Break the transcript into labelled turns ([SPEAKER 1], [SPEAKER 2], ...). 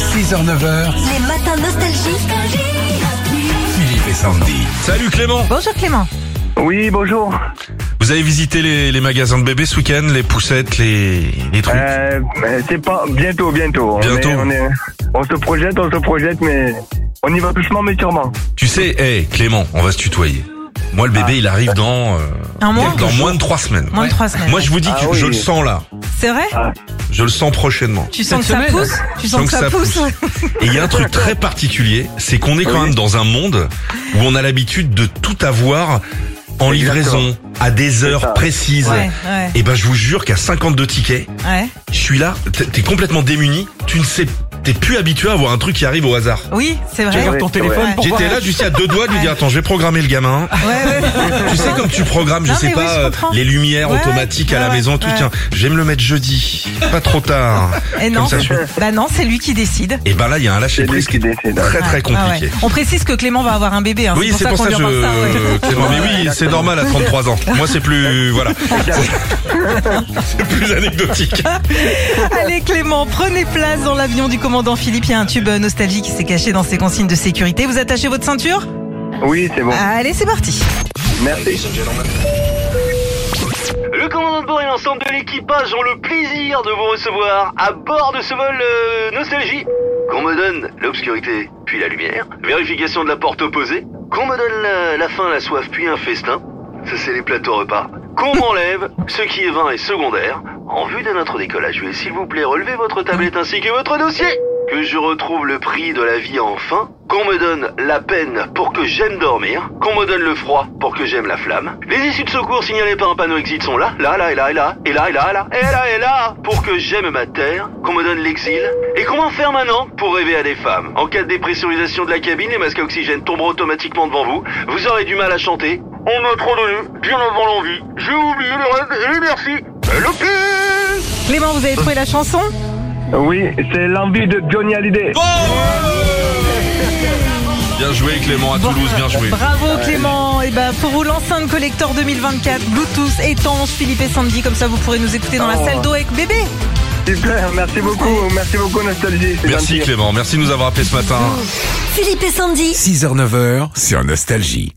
[SPEAKER 1] 6h-9h,
[SPEAKER 2] Les matins nostalgiques.
[SPEAKER 1] Philippe et Sandy.
[SPEAKER 3] Salut Clément
[SPEAKER 4] Bonjour Clément.
[SPEAKER 5] Oui, bonjour.
[SPEAKER 3] Vous avez visité les, les magasins de bébés ce week-end, les poussettes, les, les trucs
[SPEAKER 5] Euh, euh, c'est pas bientôt, bientôt. On
[SPEAKER 3] Bientôt.
[SPEAKER 5] est- On, est- on se projette, on se projette, mais on y va doucement mais sûrement.
[SPEAKER 3] Tu sais, hé Clément, on va se tutoyer. Moi le bébé il arrive dans, euh,
[SPEAKER 4] Un mois
[SPEAKER 3] dans moins de trois semaines.
[SPEAKER 4] Moins de trois semaines.
[SPEAKER 3] Moi je vous dis
[SPEAKER 5] Ah
[SPEAKER 3] que je
[SPEAKER 5] oui.
[SPEAKER 3] le sens là,
[SPEAKER 4] C'est vrai
[SPEAKER 3] je le sens prochainement.
[SPEAKER 4] Tu sens que ça pousse Tu
[SPEAKER 3] Je
[SPEAKER 4] sens que ça pousse
[SPEAKER 3] Et il y a un truc très particulier, c'est qu'on est quand
[SPEAKER 5] Oui.
[SPEAKER 3] même dans un monde où on a l'habitude de tout avoir en
[SPEAKER 5] Exactement.
[SPEAKER 3] livraison, à des
[SPEAKER 5] ça.
[SPEAKER 3] heures précises.
[SPEAKER 4] Ouais, ouais,
[SPEAKER 3] Et ben je vous jure qu'à 52 tickets,
[SPEAKER 4] ouais.
[SPEAKER 3] je suis là, t'es- t'es complètement démuni, tu ne sais, t'es plus habitué à avoir un truc qui arrive au hasard.
[SPEAKER 4] Oui, c'est vrai.
[SPEAKER 5] regardes ton téléphone
[SPEAKER 4] pour
[SPEAKER 3] J'étais là, juste à deux doigts de lui dire attends, je vais programmer le gamin.
[SPEAKER 4] Ouais, ouais.
[SPEAKER 3] Tu sais comme tu programmes, je
[SPEAKER 4] Non,
[SPEAKER 3] sais
[SPEAKER 4] mais oui,
[SPEAKER 3] pas,
[SPEAKER 4] je
[SPEAKER 3] euh,
[SPEAKER 4] comprends.
[SPEAKER 3] les lumières
[SPEAKER 4] Ouais,
[SPEAKER 3] automatiques à
[SPEAKER 4] ouais,
[SPEAKER 3] la
[SPEAKER 4] ouais,
[SPEAKER 3] maison, tout
[SPEAKER 4] ouais.
[SPEAKER 3] tiens, je vais me le mettre jeudi, pas trop tard.
[SPEAKER 4] Et non,
[SPEAKER 3] ça, je-
[SPEAKER 4] bah non, c'est lui qui décide.
[SPEAKER 3] Et ben là, il y a un lâcher
[SPEAKER 5] C'est lui
[SPEAKER 3] prise qui
[SPEAKER 5] qui
[SPEAKER 3] est
[SPEAKER 5] décide.
[SPEAKER 3] très
[SPEAKER 4] Ouais,
[SPEAKER 3] très compliqué.
[SPEAKER 4] ouais, ouais. On précise que Clément va avoir un bébé. hein,
[SPEAKER 3] Oui, c'est pour ça,
[SPEAKER 4] qu'on
[SPEAKER 3] je.
[SPEAKER 4] lui en parle ça, ouais.
[SPEAKER 3] Clément, mais oui, c'est normal à 33 ans. Moi, c'est plus. Voilà. C'est plus anecdotique.
[SPEAKER 4] Allez Clément, prenez place dans l'avion du commandant Philippe. Il y a un tube euh, nostalgique qui s'est caché dans ses consignes de sécurité. Vous attachez votre ceinture
[SPEAKER 5] Oui, c'est bon.
[SPEAKER 3] Ah.
[SPEAKER 4] Allez, c'est parti.
[SPEAKER 5] Merci.
[SPEAKER 6] Le commandant de bord et l'ensemble de l'équipage ont le plaisir de vous recevoir à bord de ce vol euh, nostalgie. Qu'on me donne l'obscurité, puis la lumière. Vérification de la porte opposée. Qu'on me donne la, la faim, la soif, puis un festin. Ça, c'est les plateaux repas. Qu'on m'enlève ce qui est vain et secondaire. En vue de notre décollage, je vais s'il vous plaît relever votre tablette ainsi que votre dossier. Que je retrouve le prix de la vie enfin. Qu'on me donne la peine pour que j'aime dormir. Qu'on me donne le froid pour que j'aime la flamme. Les issues de secours signalées par un panneau exit sont là, là, là, et là, et là, et là, et là, et là, et là, et là, pour que j'aime ma terre. Qu'on me donne l'exil. Et qu'on m'enferme un an pour rêver à des femmes. En cas de dépressurisation de la cabine, les masques à oxygène tomberont automatiquement devant vous. Vous aurez du mal à chanter. On m'a trop donné, bien avant l'envie. J'ai oublié le rêve et les merci. Le plus
[SPEAKER 4] Clément, vous avez trouvé la chanson
[SPEAKER 5] Oui, c'est l'envie de Johnny Hallyday.
[SPEAKER 3] Bien joué, Clément, à Toulouse, bien joué.
[SPEAKER 4] Bravo Clément. Et ben pour vous l'enceinte collector 2024 Bluetooth étanche Philippe et Sandy comme ça vous pourrez nous écouter dans la
[SPEAKER 5] Oh.
[SPEAKER 4] salle d'eau avec bébé.
[SPEAKER 5] Super, merci beaucoup, merci beaucoup Nostalgie. c'est
[SPEAKER 3] Merci,
[SPEAKER 5] gentil.
[SPEAKER 3] Clément. Merci de nous avoir appelés ce matin.
[SPEAKER 2] Philippe et Sandy.
[SPEAKER 1] 6h-9h sur Nostalgie.